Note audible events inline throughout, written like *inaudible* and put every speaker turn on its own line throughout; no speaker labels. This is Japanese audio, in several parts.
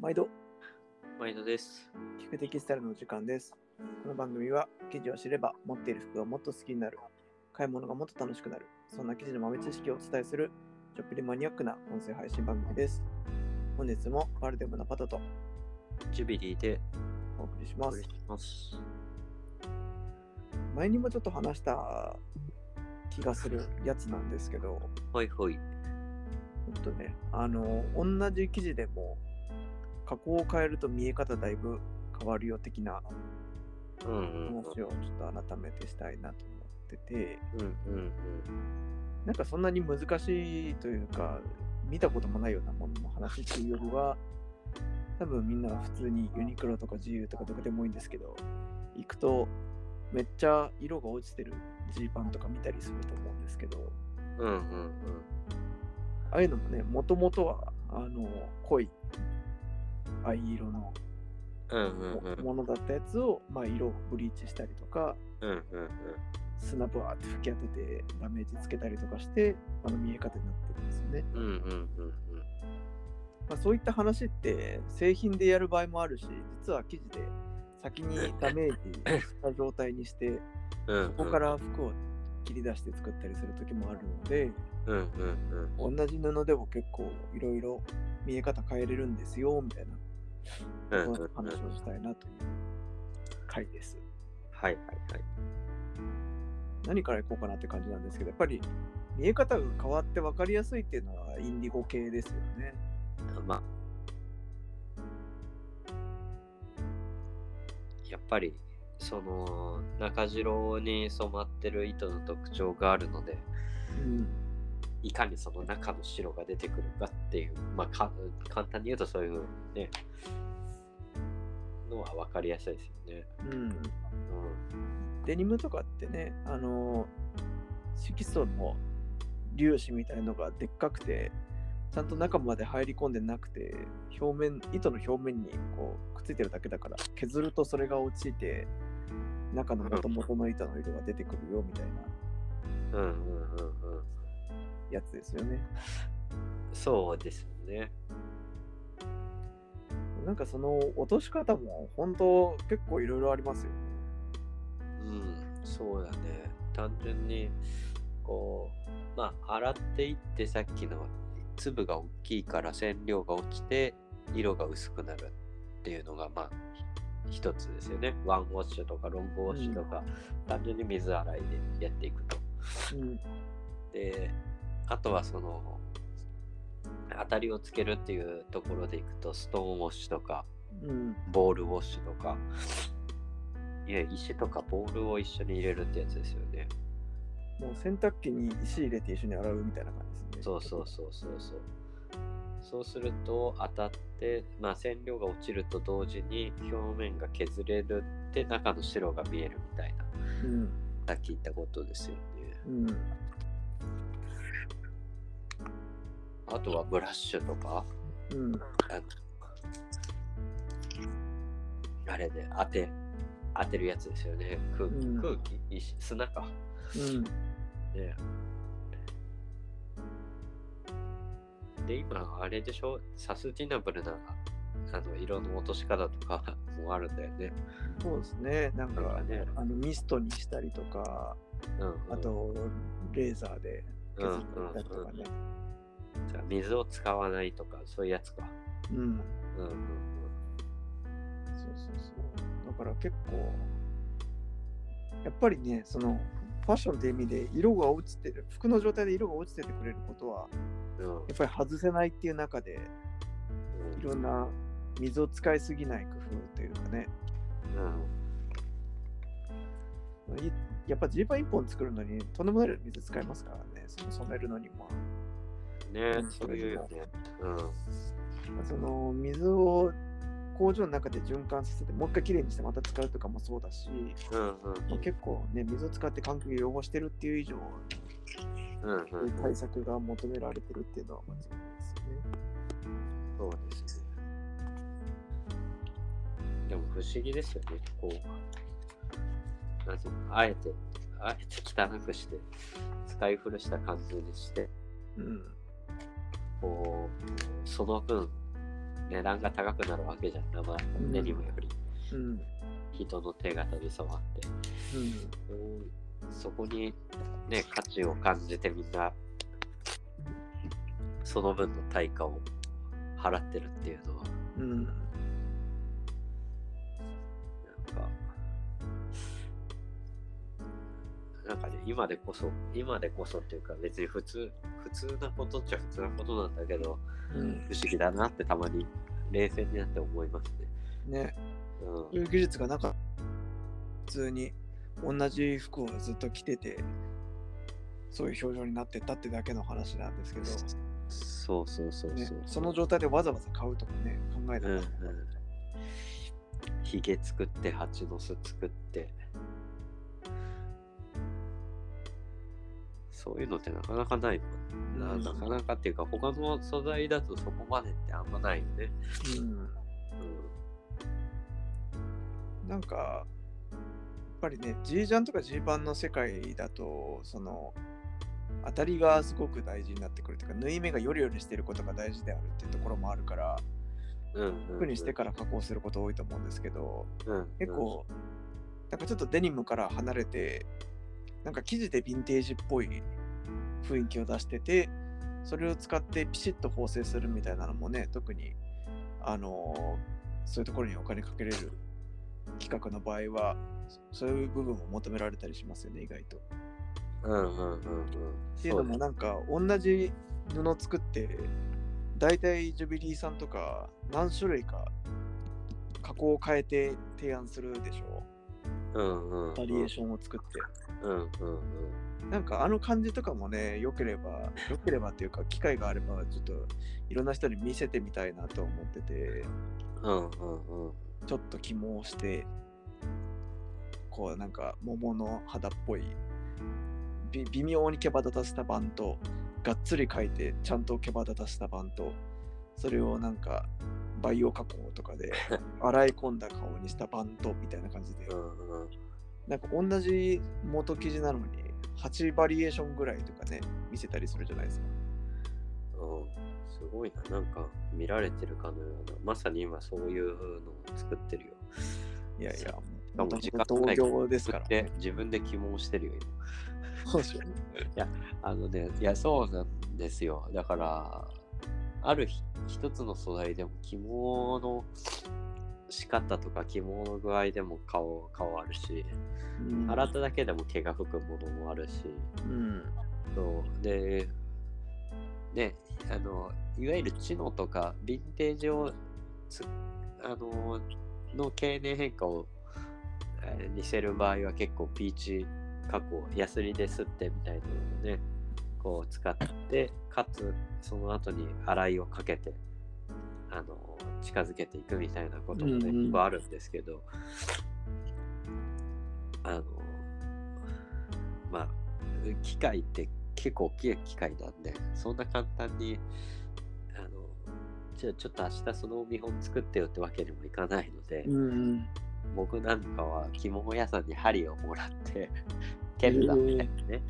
毎度、
毎度です。
聞くテキスタイルのお時間です。この番組は、記事を知れば、持っている服がもっと好きになる、買い物がもっと楽しくなる、そんな記事の豆知識をお伝えする、ちょっぴりマニアックな音声配信番組です。本日も、バルデムのパタと
ジュビリーで
お送りし
お
ま
願い
す
し。ます。
前にもちょっと話した気がするやつなんですけど、ほ
ほいほい。
んとね、あの、同じ記事でも、加工を変えると見え方だいぶ変わるよ的な
うんうん
話をちょっと改めてしたいなと思ってて、
うんうん
なんかそんなに難しいというか、見たこともないようなものの話っていうよりは、多分みんな普通にユニクロとか GU とかどこでもいいんですけど、行くとめっちゃ色が落ちてるジーパンとか見たりすると思うんですけど、
うんうんうん
ああいうのもね、もともとはあの濃い藍色の
うんうんうん
ものだったやつを、まあ、色をブリーチしたりとか、
うんうん
砂ぶわーって吹き当ててダメージつけたりとかして、あの見え方になってるんですよね。
うんうんうんうん
まあ、そういった話って製品でやる場合もあるし実は生地で先にダメージした状態に
*laughs*
して
うんうん
そこから服を切り出して作ったりする時もあるので
うんうんうん
同じ布でも結構いろいろ見え方変えれるんですよみたいな
うん
そう
うん
いううん話をしたいなという回です
はいはいはい
何からいこうかなって感じなんですけどやっぱり見え方が変わって分かりやすいっていうのはインディゴ系ですよね
まあやっぱりその中白に染まってる糸の特徴があるので
うん
いかにその中の白が出てくるかっていう、まあ、か簡単に言うとそういうね、のは分かりやすいですよね。
うん
うん
デニムとかってね、あの色素の粒子みたいのがでっかくて、ちゃんと中まで入り込んでなくて、表面、糸の表面にこうくっついてるだけだから、削るとそれが落ちて、中の元々の糸の色が出てくるよみたいな
うんうんうんうん。
やつですよね。
そうですよね。
なんかその落とし方も本当結構いろいろありますよね。
うん、そうだね。単純に、こう、まあ、洗っていってさっきの粒が大きいから染料が落ちて、色が薄くなるっていうのが、まあ、ひ一つですよね。ワンウォッシュとかロングウォッシュとか、単純に水洗いでやっていくと。
うん。
であとはその当たりをつけるっていうところでいくとストーンウォッシュとか
うん。
ボールウォッシュとかいや石とかボールを一緒に入れるってやつですよね
もう洗濯機に石入れて一緒に洗うみたいな感じですね。
そうそうそうそうそうそうすると当たって、まあ、染料が落ちると同時に表面が削れるって中の白が見えるみたいな
うん。
さっき言ったことですよね
うん。
あとはブラッシュとか
うん。
あのあれで当て当てるやつですよね空,、
うん
空気石砂か
うん。
ねで今あれでしょサスティナブルなあの色の落とし方とか *laughs* もあるんだよね
そうですね、なん
なんか
か、
ね
あのミストにしたりとか、
うんうん
あとレーザーで
うんうん
削ったりとかね。
うんじゃあ水を使わないとかそういうやつか
うん、
うんうん
そうそうそう。だから結構、やっぱりね、そのファッションって意味で、色が落ちてる、服の状態で色が落ちててくれることは、
うんうん
やっぱり外せないっていう中で、いろんな水を使いすぎない工夫というかね、
うん
いやっぱジーパン1本作るのに、とんでもない量の水使いますからね、その染めるのにも。
ねそういうよねうん
その水を工場の中で循環させてもう一回きれいにしてまた使うとかもそうだし、
うんうん
まあ結構ね水を使って環境を汚してるっていう以上
うんうん
そういう対策が求められてるっていうのは間違いないですよね。
そうですね。でも不思議ですよね。こう、なんていうのあえて、あえて汚くして、使い古した感じにして、
うん
こう、その分、値段が高くなるわけじゃん生
ん
デニムより
うん。うん。
人の手形に染まってうんそこにね価値を感じてみんなその分の対価を払ってるっていうのは
うん。
なんかなんかね今でこそ今でこそっていうか別に普通普通なことっちゃ普通なことなんだけど
うん。
不思議だなってたまに冷静になって思いますね。
ね、そう
う
い
ん、
う技術がなんか普通に同じ服をずっと着てて、そういう表情になってったってだけの話なんですけど、
そうそうそうそう。
ね、その状態でわざわざ買うとかね、考えた
う
ら、
んうん。ひげ作って蜂の巣作って。そういうのってなかなかないもん
うん
な。なかなかっていうか他の素材だとそこまでってあんまないよね。
うんなんか、やっぱりね、G ジャンとか G パンの世界だと、その、当たりがすごく大事になってくるというか、縫い目がよりよりしてることが大事であるっていうところもあるから、
うん。うんうん、うん。
服にしてから加工すること多いと思うんですけど、
うん、
結構、なんかちょっとデニムから離れて、なんか生地でヴィンテージっぽい雰囲気を出してて、それを使ってピシッと縫製するみたいなのもね、特に、あのーそういうところにお金かけれる企画の場合は、そそういう部分を求められたりしますよね、意外と。っ
うんうんうんうん。
ていうのも、なんか、同じ布作って、大体ジュビリーさんとか何種類か加工を変えて提案するでしょ
うんうんうん。
バリエーションを作って。
うんうんうん。
なんかあの感じとかもね、良ければ、良ければっていうか、機会があれば、ちょっといろんな人に見せてみたいなと思ってて、
うんうんうん。
ちょっと起毛して、こうなんか桃の肌っぽい、び微妙に毛羽立たせた版と、がっつり描いて、ちゃんと毛羽立たせた版と、それをなんか培養加工とかで洗い込んだ顔にした版とみたいな感じで
う、んうん
なんか同じ元生地なのに8バリエーションぐらいとかね見せたりするじゃないですか。
うんすごいな、なんか見られてるかのような、まさに今そういうのを作ってるよ。
いやいや
そ、
も
しかも
同
時間
業ですから、
で
ね。
自分で起毛してるよ、今
そうですよね。
あのね、いや、そうなんですよ。だから、ある日一つの素材でも起毛の仕方とか起毛の具合でも顔顔あるし、
うん
洗っただけでも毛が吹くものもあるし、
うん。
そうで、ね、あの、いわゆる知能とか、ヴィンテージをつ、あの、の経年変化を、えー似せる場合は結構ピーチ加工、ヤスリですってみたいなのをね、こう使って、かつ、その後に洗いをかけて、あの、近づけていくみたいなこともね、
うんうん
結構あるんですけど、あの、まあ、機械って結構大きい機械なんで、そんな簡単に、あの、じゃあちょっと明日その見本作ってよってわけにもいかないので、
うん。
僕なんかは着物屋さんに針をも
*laughs*
らって、蹴るだみたいなね、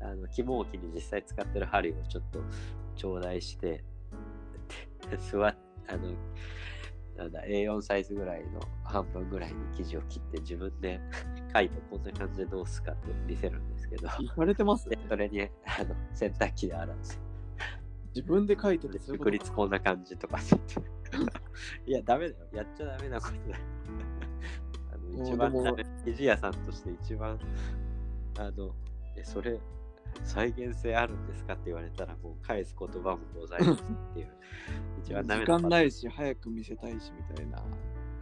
あの着物機に実際使ってる針をちょっと頂戴して、で座っあの、なんだ A4 サイズぐらいの半分ぐらいに生地を切って自分で書いてこんな感じでどうすかって見せるんですけど
言われてますね
で。それにあの洗濯機で洗って
自分で書いてて、そういうこ
独
と
立こんな感じとかさ
*laughs*
いやダメだよやっちゃダメなことだよ *laughs*
もう
あの一番
でも
ダメ生地屋さんとして一番あのえそれ再現性あるんですかって言われたらもう返す言葉もございますっていう
*laughs*
一番ダメ
時
な
間ないし、早く見せたいしみたいな。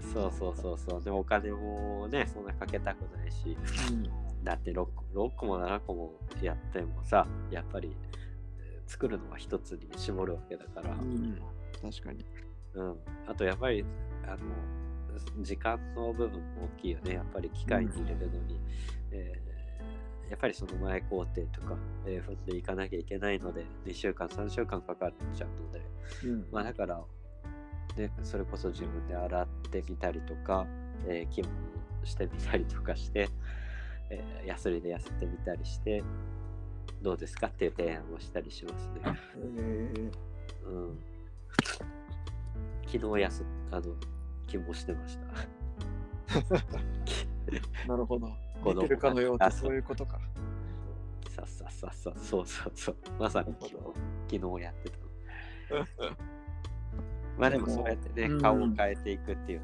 そうそうそうそうでもお金もねそんなかけたくないしだって 6, 六個も7個もやってもさやっぱりえー作るのは一つに絞るわけだから、
うん。うん、確かに。
うん、あとやっぱりあの時間の部分も大きいよねやっぱり機械に入れるのに、えーやっぱりその前工程とか、えー踏んでいかなきゃいけないので2週間3週間かかっちゃうので、
うん。
まあ、だから、ね、それこそ自分で洗ってみたりとか、えー、着物してみたりとかして、 *laughs* えーヤスリで痩せてみたりしてどうですかっていう提案をしたりしますね。
えー
うん昨日休んあの気もしてました
*laughs*
*laughs*
なるほど。
子供
似てるかのよう
あ
な、
そう
そういうことか。
さっさっさっさそうそうそうまさに
なるほ
昨日やってたまあでもそうやってね、
うん
顔を変えていくっていう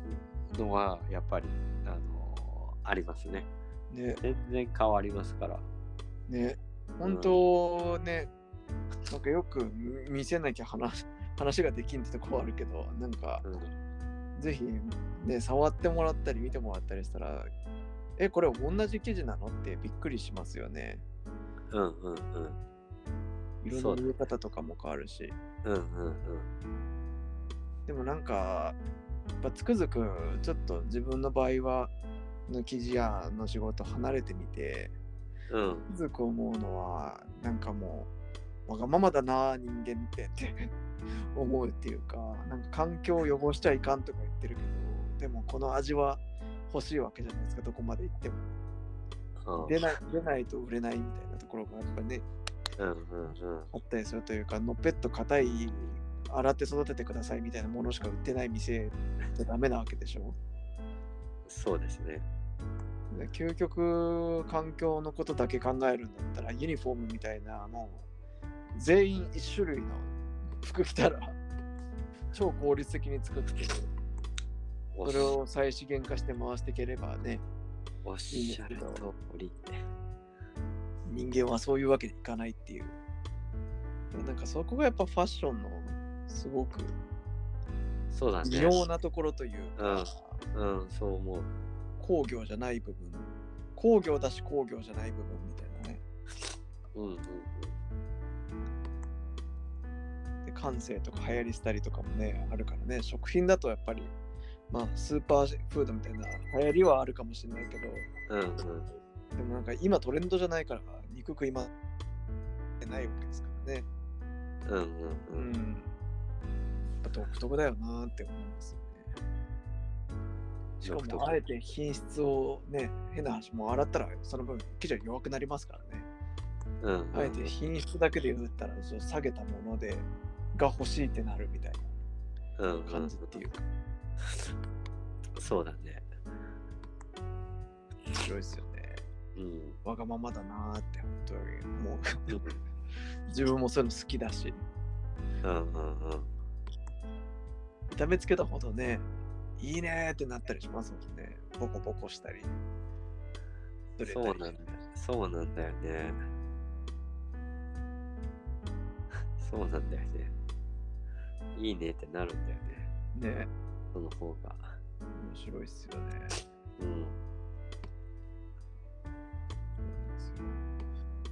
のはやっぱりあのありますね
ね、
全然変わりますから
ね、本当ね、なんかよく見せなきゃ話話ができんってとこはあるけど、なんか
うん
ぜひね、触ってもらったり見てもらったりしたら、え、これ同じ記事なのってびっくりしますよね。
うんうんうん
いろん
そ
な
うだ
見え方とかも変わるし。
うんうん
でもなんかやっぱつくづくちょっと自分の場合はの記事屋の仕事離れてみて
うんうん
つくづく思うのはなんかもうわがままだな人間ってって *laughs* 思うっていうかなんか環境を汚しちゃいかんとか言ってるけどでもこの味は欲しいわけじゃないですかどこまで行っても
うん
出ない出ないと売れないみたいなところがやっぱね
うんうんうん
あったりするというかのっぺっと硬い洗って育ててくださいみたいなものしか売ってない店ってダメなわけでしょ
そうですね
で究極環境のことだけ考えるんだったらユニフォームみたいなもう全員一種類の服着たら *laughs* 超効率的に作って
お
そ
し
れを再資源化して回していければね
おっしゃる通り
人間はそういうわけにいかないっていうなんかそこがやっぱファッションのすごく
そうだね
異様なところというか、
うんそう思う
工業じゃない部分工業だし工業じゃない部分みたいなね
うんうん
で感性とか流行りしたりとかもねあるからね食品だとやっぱりまあスーパーフードみたいな流行りはあるかもしれないけど
うんうんうん
でもなんか今トレンドじゃないから肉食いまってないわけですからね
うんうん
う
うん
んやっぱ独特だよなって思いますよねしか
独特
もあえて品質をね変な話もう洗ったらその分生地は弱くなりますからね
うんうん
あえて品質だけで言ったらそう下げたものでが欲しいってなるみたい
うんうん
な感じっていうか
そうだね
面白いですよね
うん
わがままだなーって本当にもう
うん
自分もそういうの好きだし
うんうんうん
痛めつけたほどねいいねーってなったりしますもんねボコボコしたりそ
そうなんだよそうなんだよねそうなんだよねいいねってなるんだよね
ね
その方が
面白いっすよね
うん
そうなんです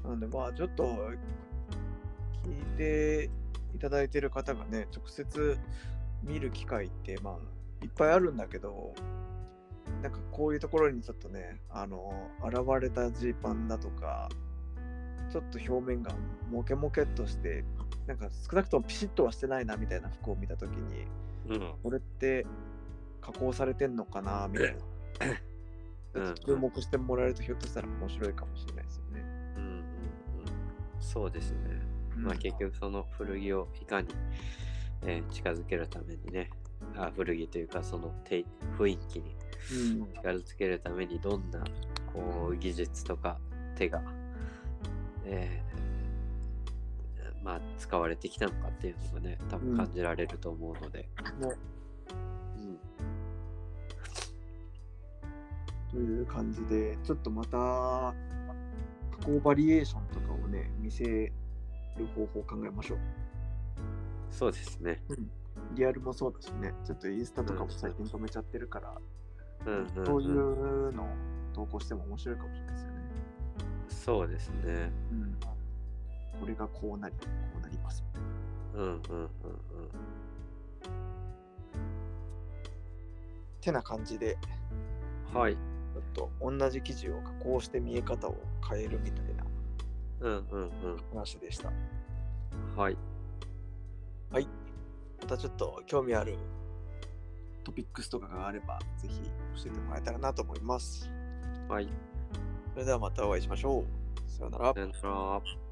よなんでまあちょっと聞いていただいてる方がね直接見る機会ってまあいっぱいあるんだけどなんかこういうところにちょっとねあの現れたジーパンだとかちょっと表面がモケモケっとしてなんか少なくともピシッとはしてないなみたいな服を見た時に
うん
これって加工されてんのかなみたいな
うんうん
注目してもらえるとひょっとしたら面白いかもしれないですよね。
うんうんうんそうですね、まあ結局その古着をいかに、えー近づけるためにねあ古着というかそのて雰囲気に
うん、
近づけるためにどんなこう技術とか手が、えーまあ、使われてきたのかっていうのがね多分感じられると思うので、
ね
うん
という感じで、ちょっとまた、加工バリエーションとかをね、見せる方法を考えましょう。
そうですね、
リアルもそうだしね、ちょっとインスタとかも最近止めちゃってるから、
うんうんうん、
そういうのを投稿しても面白いかもしれないですよね。
そうですね
うん、これがこうなり、こうなりますみたいな。
うんうんうんうん
てな感じで、
はい
ちょっと同じ記事を加工して見え方を変えるみたいな
うんうんうん
話でした。
はい
またちょっと興味あるトピックスとかがあれば、ぜひ教えてもらえたらなと思います。
はい
それではまたお会いしましょう。さようなら
さ。よなら